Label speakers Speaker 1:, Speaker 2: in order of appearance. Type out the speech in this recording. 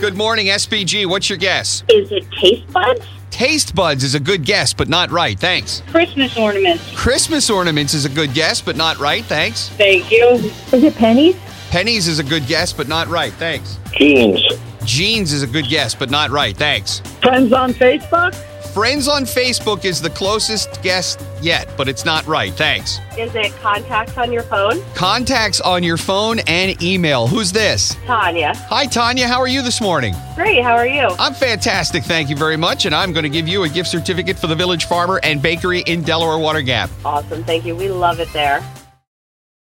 Speaker 1: Good morning, SBG. What's your guess?
Speaker 2: Is it taste buds?
Speaker 1: Taste buds is a good guess, but not right. Thanks.
Speaker 2: Christmas ornaments.
Speaker 1: Christmas ornaments is a good guess, but not right. Thanks.
Speaker 2: Thank you.
Speaker 3: Is it pennies?
Speaker 1: Pennies is a good guess, but not right. Thanks.
Speaker 4: Jeans.
Speaker 1: Jeans is a good guess, but not right. Thanks.
Speaker 5: Friends on Facebook?
Speaker 1: Friends on Facebook is the closest guess yet, but it's not right. Thanks.
Speaker 6: Is it contacts on your phone?
Speaker 1: Contacts on your phone and email. Who's this?
Speaker 6: Tanya.
Speaker 1: Hi, Tanya. How are you this morning?
Speaker 6: Great, how are you?
Speaker 1: I'm fantastic. Thank you very much. And I'm going to give you a gift certificate for the Village Farmer and Bakery in Delaware Water Gap.
Speaker 6: Awesome, thank you. We love it there.